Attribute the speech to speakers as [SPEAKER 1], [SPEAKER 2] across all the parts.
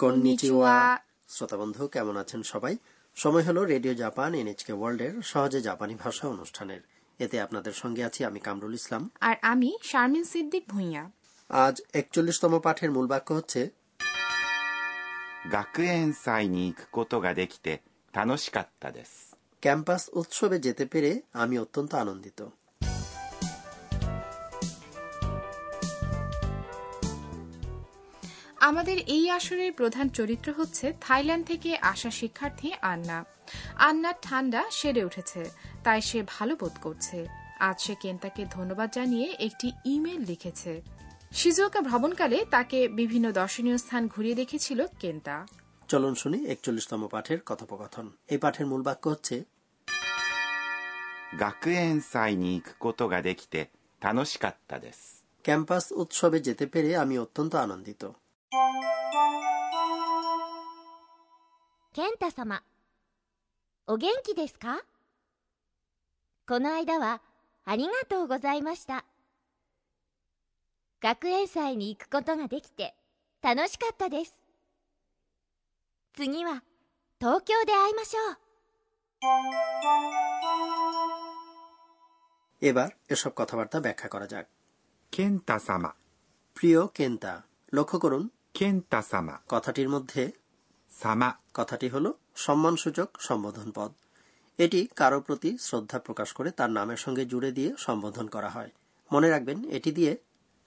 [SPEAKER 1] konnichiwa শ্রোতা বন্ধু কেমন আছেন সবাই সময় হলো রেডিও জাপান এনএচকে ওয়ার্ল্ডের সহজে জাপানি ভাষা অনুষ্ঠানের এতে আপনাদের সঙ্গে আছি আমি কামরুল ইসলাম
[SPEAKER 2] আর আমি শারমিন সিদ্দিক ভুঁইয়া
[SPEAKER 1] আজ একচল্লিশতম পাঠের মূল বাক্য হচ্ছে
[SPEAKER 3] 学園祭に行くことができて楽しかったです。
[SPEAKER 1] ক্যাম্পাস উৎসবে যেতে পেরে আমি অত্যন্ত আনন্দিত
[SPEAKER 2] আমাদের এই আসরের প্রধান চরিত্র হচ্ছে থাইল্যান্ড থেকে আসা শিক্ষার্থী আন্না আন্নার ঠান্ডা সেরে উঠেছে তাই সে ভালো বোধ করছে আজ সে কেন্তাকে ধন্যবাদ জানিয়ে একটি ইমেল লিখেছে শিজুকা ভ্রমণকালে তাকে বিভিন্ন দর্শনীয় স্থান ঘুরিয়ে দেখেছিল কেন্তা
[SPEAKER 1] চলন শুনি একচল্লিশতম পাঠের কথোপকথন এই পাঠের মূল বাক্য হচ্ছে
[SPEAKER 3] 学園祭に行くことができて楽しかったです。
[SPEAKER 1] ক্যাম্পাস উৎসবে যেতে পেরে আমি অত্যন্ত আনন্দিত
[SPEAKER 4] 健太様お元気ですかこの間はありがとうございました学園祭に行くことができて楽しかったです次は東京で会いましょう
[SPEAKER 1] এবার এসব কথাবার্তা ব্যাখ্যা করা যাক
[SPEAKER 3] ケンタ様、
[SPEAKER 1] প্রিয় কেন্তা লক্ষ্য করুন
[SPEAKER 3] ケンタ様、
[SPEAKER 1] কথাটির মধ্যে
[SPEAKER 3] 様、
[SPEAKER 1] কথাটি হল সম্মানসূচক সম্বোধন পদ এটি কারো প্রতি শ্রদ্ধা প্রকাশ করে তার নামের সঙ্গে জুড়ে দিয়ে সম্বোধন করা হয় মনে রাখবেন এটি দিয়ে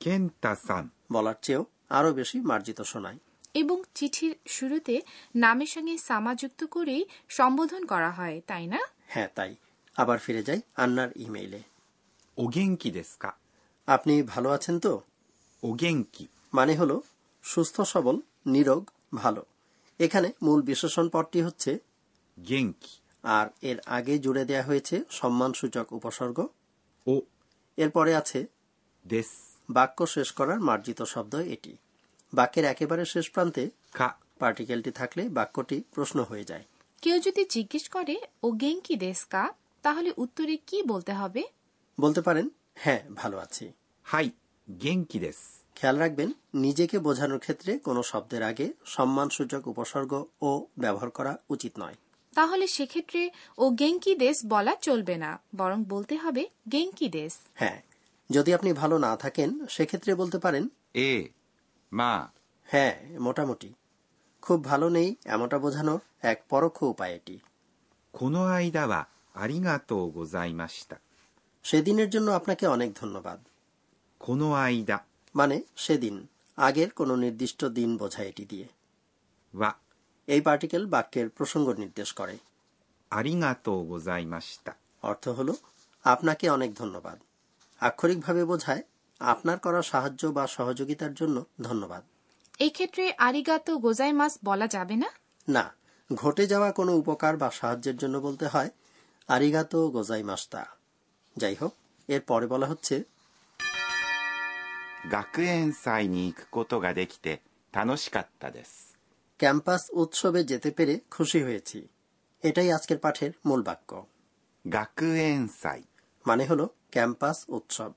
[SPEAKER 3] ケンタさん、
[SPEAKER 1] বলার চেয়েও আরও বেশি মার্জিত শোনায়
[SPEAKER 2] এবং চিঠির শুরুতে নামের সঙ্গে সামা যুক্ত করেই সম্বোধন করা হয় তাই না
[SPEAKER 1] হ্যাঁ তাই আবার ফিরে যাই আন্নার ইমেইলে
[SPEAKER 3] お元気ですか
[SPEAKER 1] আপনি ভালো আছেন তো
[SPEAKER 3] お元気、
[SPEAKER 1] মানে হলো সুস্থ সবল নিরোগ ভালো এখানে মূল বিশেষণ পদটি হচ্ছে
[SPEAKER 3] 元気、
[SPEAKER 1] আর এর আগে জুড়ে দেয়া হয়েছে সম্মানসূচক উপসর্গ
[SPEAKER 3] お、
[SPEAKER 1] এরপরে আছে
[SPEAKER 3] です、
[SPEAKER 1] বাক্য শেষ করার মার্জিত শব্দ এটি বাক্যের একেবারে শেষ প্রান্তে
[SPEAKER 3] か、
[SPEAKER 1] পার্টিকেলটি থাকলে বাক্যটি প্রশ্ন হয়ে যায়
[SPEAKER 2] কেউ যদি জিজ্ঞেস করে ও গেঙ্কি দেশকা তাহলে উত্তরে কি বলতে হবে
[SPEAKER 1] বলতে পারেন হ্যাঁ ভালো আছি
[SPEAKER 3] はい、元気です。
[SPEAKER 1] খেয়াল রাখবেন নিজেকে বোঝানোর ক্ষেত্রে কোনো শব্দের আগে সম্মানসূচক উপসর্গ ও ব্যবহার করা উচিত নয়
[SPEAKER 2] তাহলে সেক্ষেত্রে ও গেঙ্কি দেশ বলা চলবে না বরং বলতে হবে গেঙ্কি দেশ
[SPEAKER 1] হ্যাঁ যদি আপনি ভালো না থাকেন সেক্ষেত্রে বলতে পারেন
[SPEAKER 3] ええ、まあ、
[SPEAKER 1] হ্যাঁ মোটামুটি খুব ভালো নেই এমনটা বোঝানোর এক পরোক্ষ উপায় এটি
[SPEAKER 3] この間はありがとうございました。
[SPEAKER 1] সেদিনের জন্য আপনাকে অনেক ধন্যবাদ
[SPEAKER 3] この間
[SPEAKER 1] মানে সেদিন আগের কোনো নির্দিষ্ট দিন বোঝায় এটি দিয়ে
[SPEAKER 3] は
[SPEAKER 1] এই পার্টিকেল বাক্যের প্রসঙ্গ নির্দেশ করে
[SPEAKER 3] ありがとうございました。
[SPEAKER 1] অর্থ হল আপনাকে অনেক ধন্যবাদ আক্ষরিকভাবে বোঝায় আপনার করা সাহায্য বা সহযোগিতার জন্য ধন্যবাদ
[SPEAKER 2] এক্ষেত্রে আরিগাতো গোজাই মাস বলা যাবে না
[SPEAKER 1] না ঘটে যাওয়া কোনো উপকার বা সাহায্যের জন্য বলতে হয় আরিগাতো গোজাই মাস্তা যাই হোক এর পরে বলা হচ্ছে
[SPEAKER 3] 学園祭に行くことができて楽しかったです。
[SPEAKER 1] ক্যাম্পাস উৎসবে যেতে পেরে খুশি হয়েছি এটাই আজকের পাঠের মূল বাক্য
[SPEAKER 3] 学園祭
[SPEAKER 1] মানে হলো ক্যাম্পাস উৎসব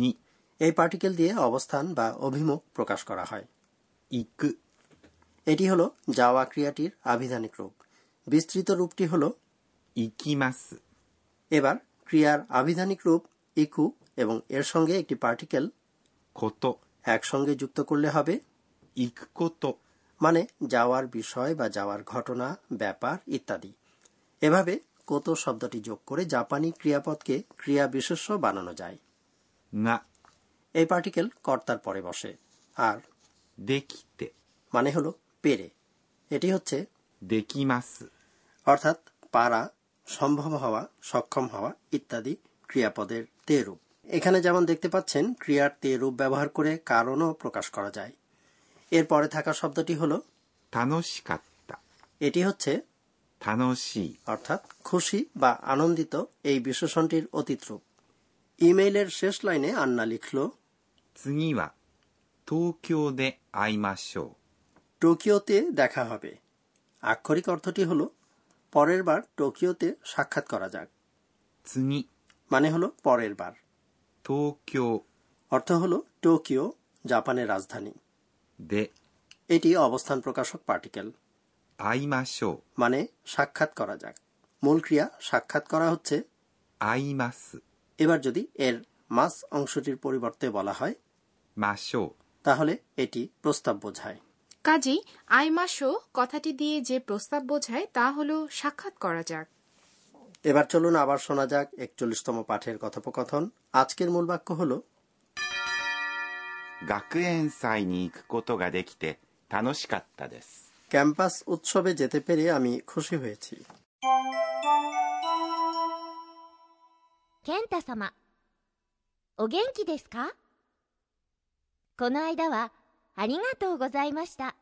[SPEAKER 3] に
[SPEAKER 1] এই পার্টিকেল দিয়ে অবস্থান বা অভিমুখ প্রকাশ করা হয়
[SPEAKER 3] 行く
[SPEAKER 1] এটি হলো যাওয়া ক্রিয়াটির আবিধানিক রূপ বিস্তৃত রূপটি হলো
[SPEAKER 3] 行きます。
[SPEAKER 1] এবার ক্রিয়ার আবিধানিক রূপ ইকু এবং এর সঙ্গে একটি পার্টিকেল
[SPEAKER 3] こと
[SPEAKER 1] একসঙ্গে যুক্ত করলে হবে
[SPEAKER 3] 行くこと。
[SPEAKER 1] মানে যাওয়ার বিষয় বা যাওয়ার ঘটনা ব্যাপার ইত্যাদি এভাবে কত শব্দটি যোগ করে জাপানি ক্রিয়াপদকে ক্রিয়া বিশেষ্য বানানো যায়
[SPEAKER 3] が
[SPEAKER 1] এই পার্টিকেল কর্তার পরে বসে আর
[SPEAKER 3] できて
[SPEAKER 1] মানে হলো পেরে এটি হচ্ছে
[SPEAKER 3] できます。
[SPEAKER 1] অর্থাৎ পারা সম্ভব হওয়া সক্ষম হওয়া ইত্যাদি ক্রিয়াপদের তে রূপ এখানে যেমন দেখতে পাচ্ছেন ক্রিয়ার তে রূপ ব্যবহার করে কারণও প্রকাশ করা যায় এরপরে থাকা শব্দটি হলো
[SPEAKER 3] 楽しかった。
[SPEAKER 1] এটি হচ্ছে
[SPEAKER 3] 楽しい。
[SPEAKER 1] অর্থাৎ খুশি বা আনন্দিত এই বিশেষণটির অতীত রূপ ইমেইলের শেষ লাইনে আন্না লিখল
[SPEAKER 3] 次は東京で会いましょ
[SPEAKER 1] টোকিওতে দেখা হবে আক্ষরিক অর্থটি হলো পরের বার টোকিওতে সাক্ষাৎ করা যাক
[SPEAKER 3] う。次、
[SPEAKER 1] মানে হলো পরের বার
[SPEAKER 3] 東京
[SPEAKER 1] অর্থ হলো টোকিও জাপানের রাজধানী
[SPEAKER 3] で
[SPEAKER 1] এটি অবস্থান প্রকাশক পার্টিকেল
[SPEAKER 3] 会いましょう
[SPEAKER 1] মানে সাক্ষাৎ করা যাক মূল ক্রিয়া সাক্ষাৎ করা হচ্ছে
[SPEAKER 3] 会います
[SPEAKER 1] এবার যদি এর মাস অংশটির পরিবর্তে বলা হয়
[SPEAKER 3] ましょ
[SPEAKER 1] তাহলে এটি প্রস্তাব বোঝায়
[SPEAKER 2] কাজেই আই মাসো কথাটি দিয়ে যে প্রস্তাব বোঝায় তা হলো সাক্ষাৎ করা যাক
[SPEAKER 1] এবার চলুন আবার শোনা যাক একচল্লিশতম পাঠের কথোপকথন আজকের মূল বাক্য হল
[SPEAKER 5] 学園祭に行くことができて楽しかったです
[SPEAKER 1] ক্যাম্পাস উৎসবে যেতে পেরে আমি খুশি হয়েছি
[SPEAKER 4] 健太様お元気ですかこの間はありがとうございました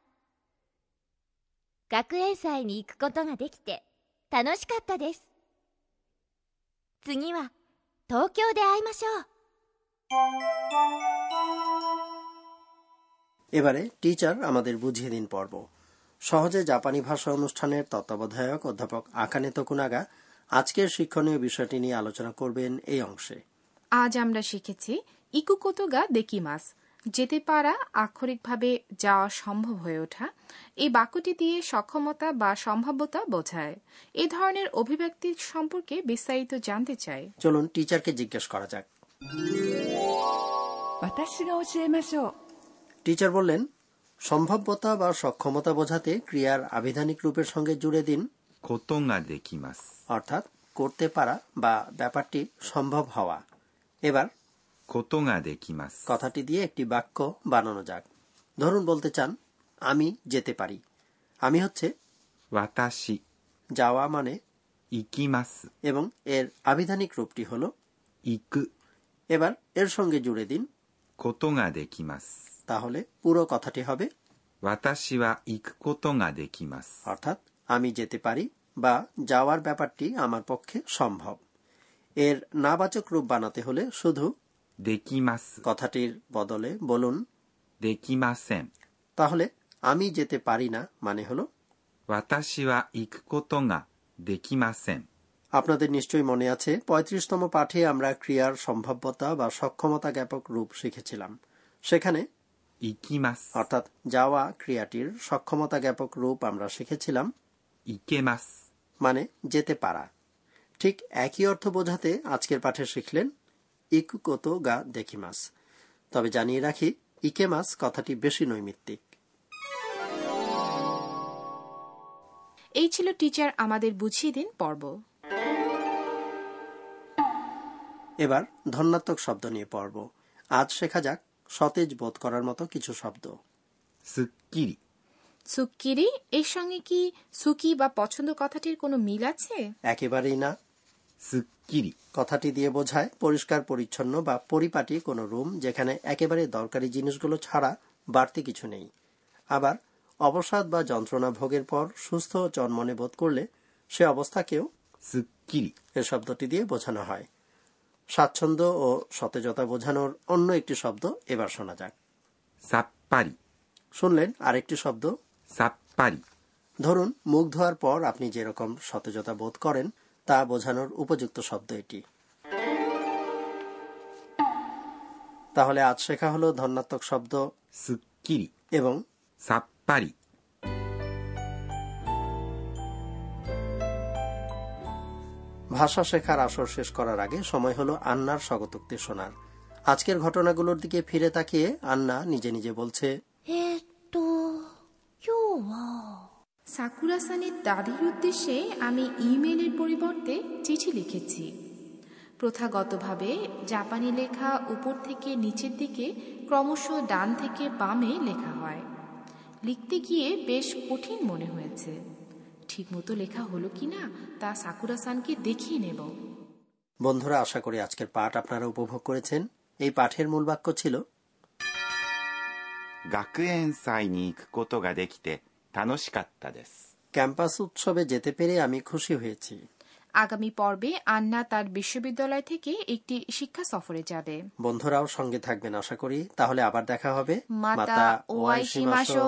[SPEAKER 4] 学園祭に行くことができて楽しかったです次は東京で会いましょう
[SPEAKER 1] এবারে টিচার আমাদের বুঝিয়ে দিন পর্ব সহজে জাপানি ভাষা অনুষ্ঠানের তত্ত্বাবধায়ক অধ্যাপক আকানে তকুনাগা আজকের শিক্ষণীয় বিষয়টি নিয়ে আলোচনা করবেন এই অংশে
[SPEAKER 2] আজ আমরা শিখেছি ইকুকোতোগা দেকিমাস যেতে পারা আক্ষরিকভাবে যাওয়া সম্ভব হয়ে ওঠা এই বাক্যটি দিয়ে সক্ষমতা বা সম্ভাব্যতা বোঝায় এ ধরনের অভিব্যক্তি সম্পর্কে বিস্তারিত জানতে চাই
[SPEAKER 1] চলুন টিচারকে জিজ্ঞেস করা যাক
[SPEAKER 6] 私が教えましょう
[SPEAKER 1] টিচার বললেন সম্ভাব্যতা বা সক্ষমতা বোঝাতে ক্রিয়ার আবিধানিক রূপের সঙ্গে জুড়ে দিন
[SPEAKER 3] うことができます
[SPEAKER 1] অর্থাৎ করতে পারা বা ব্যাপারটি সম্ভব হওয়া এবার
[SPEAKER 3] ことができます
[SPEAKER 1] কথাটি দিয়ে একটি বাক্য বানানো যাক ধরুন বলতে চান আমি যেতে পারি আমি হচ্ছে
[SPEAKER 3] 私
[SPEAKER 1] যাওয়া মানে
[SPEAKER 3] 行きます
[SPEAKER 1] এবং এর আবিধানিক রূপটি হল
[SPEAKER 3] 行く
[SPEAKER 1] এবার এর সঙ্গে জুড়ে দিন
[SPEAKER 3] ことができます
[SPEAKER 1] তাহলে পুরো কথাটি হবে
[SPEAKER 3] 私は行くことができます
[SPEAKER 1] অর্থাৎ আমি যেতে পারি বা যাওয়ার ব্যাপারটি আমার পক্ষে সম্ভব এর নাবাচক রূপ বানাতে হলে শুধু
[SPEAKER 3] できます
[SPEAKER 1] কথাটির বদলে বলুন
[SPEAKER 3] できません
[SPEAKER 1] তাহলে আমি যেতে পারি না মানে হলো
[SPEAKER 3] 私は行くことができません
[SPEAKER 1] আপনাদের নিশ্চয়ই মনে আছে পঁয়ত্রিশতম পাঠে আমরা ক্রিয়ার সম্ভাব্যতা বা সক্ষমতা জ্ঞাপক রূপ শিখেছিলাম সেখানে
[SPEAKER 3] 行きます
[SPEAKER 1] অর্থাৎ যাওয়া ক্রিয়াটির সক্ষমতা জ্ঞাপক রূপ আমরা শিখেছিলাম
[SPEAKER 3] 行けます
[SPEAKER 1] মানে যেতে পারা ঠিক একই অর্থ বোঝাতে আজকের পাঠে শিখলেন ইকুকোত গা দেখিমাস তবে জানিয়ে রাখি ইকেমাস কথাটি বেশি নৈমিত্তিক
[SPEAKER 2] এই ছিল টিচার আমাদের বুঝিয়ে দিন পর্ব
[SPEAKER 1] এবার ধন্যাত্মক শব্দ নিয়ে পড়ব আজ শেখা যাক সতেজ বোধ করার মতো কিছু শব্দ
[SPEAKER 3] すっきり
[SPEAKER 2] সুকিরি এর সঙ্গে কি সুকি বা পছন্দ কথাটির কোনো মিল আছে
[SPEAKER 1] একেবারেই না
[SPEAKER 3] すっきり
[SPEAKER 1] কথাটি দিয়ে বোঝায় পরিষ্কার পরিচ্ছন্ন বা পরিপাটি কোনো রুম যেখানে একেবারে দরকারি জিনিসগুলো ছাড়া বাড়তি কিছু নেই আবার অবসাদ বা যন্ত্রণা ভোগের পর সুস্থ ও চনমনে বোধ করলে সে অবস্থাকেও
[SPEAKER 3] すっきり
[SPEAKER 1] এ শব্দটি দিয়ে বোঝানো হয় স্বাচ্ছন্দ্য ও সতেজতা বোঝানোর অন্য একটি শব্দ এবার শোনা যাক
[SPEAKER 3] さっぱり
[SPEAKER 1] শুনলেন আরেকটি শব্দ
[SPEAKER 3] さっぱり
[SPEAKER 1] ধরুন মুখ ধোয়ার পর আপনি যেরকম সতেজতা বোধ করেন তা বোঝানোর উপযুক্ত শব্দ এটি তাহলে আজ শেখা হলো ধনাত্মক শব্দ
[SPEAKER 3] すっきり
[SPEAKER 1] এবং
[SPEAKER 3] さっぱり
[SPEAKER 1] ভাষা শেখার আসর শেষ করার আগে সময় হলো আন্নার স্বগতোক্তি শোনার আজকের ঘটনাগুলোর দিকে ফিরে তাকিয়ে আন্না নিজে নিজে বলছে
[SPEAKER 4] えっと今日は
[SPEAKER 2] সাকুরাসানের দাদির উদ্দেশ্যে আমি ইমেলের পরিবর্তে চিঠি লিখেছি প্রথাগতভাবে জাপানি লেখা উপর থেকে নিচের দিকে ক্রমশ ডান থেকে বামে লেখা হয় লিখতে গিয়ে বেশ কঠিন মনে হয়েছে ঠিকমতো লেখা হলো কি না তা সাকুরাসানকে দেখিয়ে নেব
[SPEAKER 1] বন্ধুরা আশা করি আজকের পাঠ আপনারা উপভোগ করেছেন এই পাঠের মূল বাক্য ছিল
[SPEAKER 5] 学園祭に行くことができて楽しかったです
[SPEAKER 1] ক্যাম্পাস উৎসবে যেতে পেরে আমি খুশি হয়েছি
[SPEAKER 2] আগামী পর্বে আন্না তার বিশ্ববিদ্যালয় থেকে একটি শিক্ষা সফরে যাবে
[SPEAKER 1] বন্ধুরাও সঙ্গে থাকবেন আশা করি তাহলে আবার দেখা হবে
[SPEAKER 2] মাতা ওয়াইশিমাশো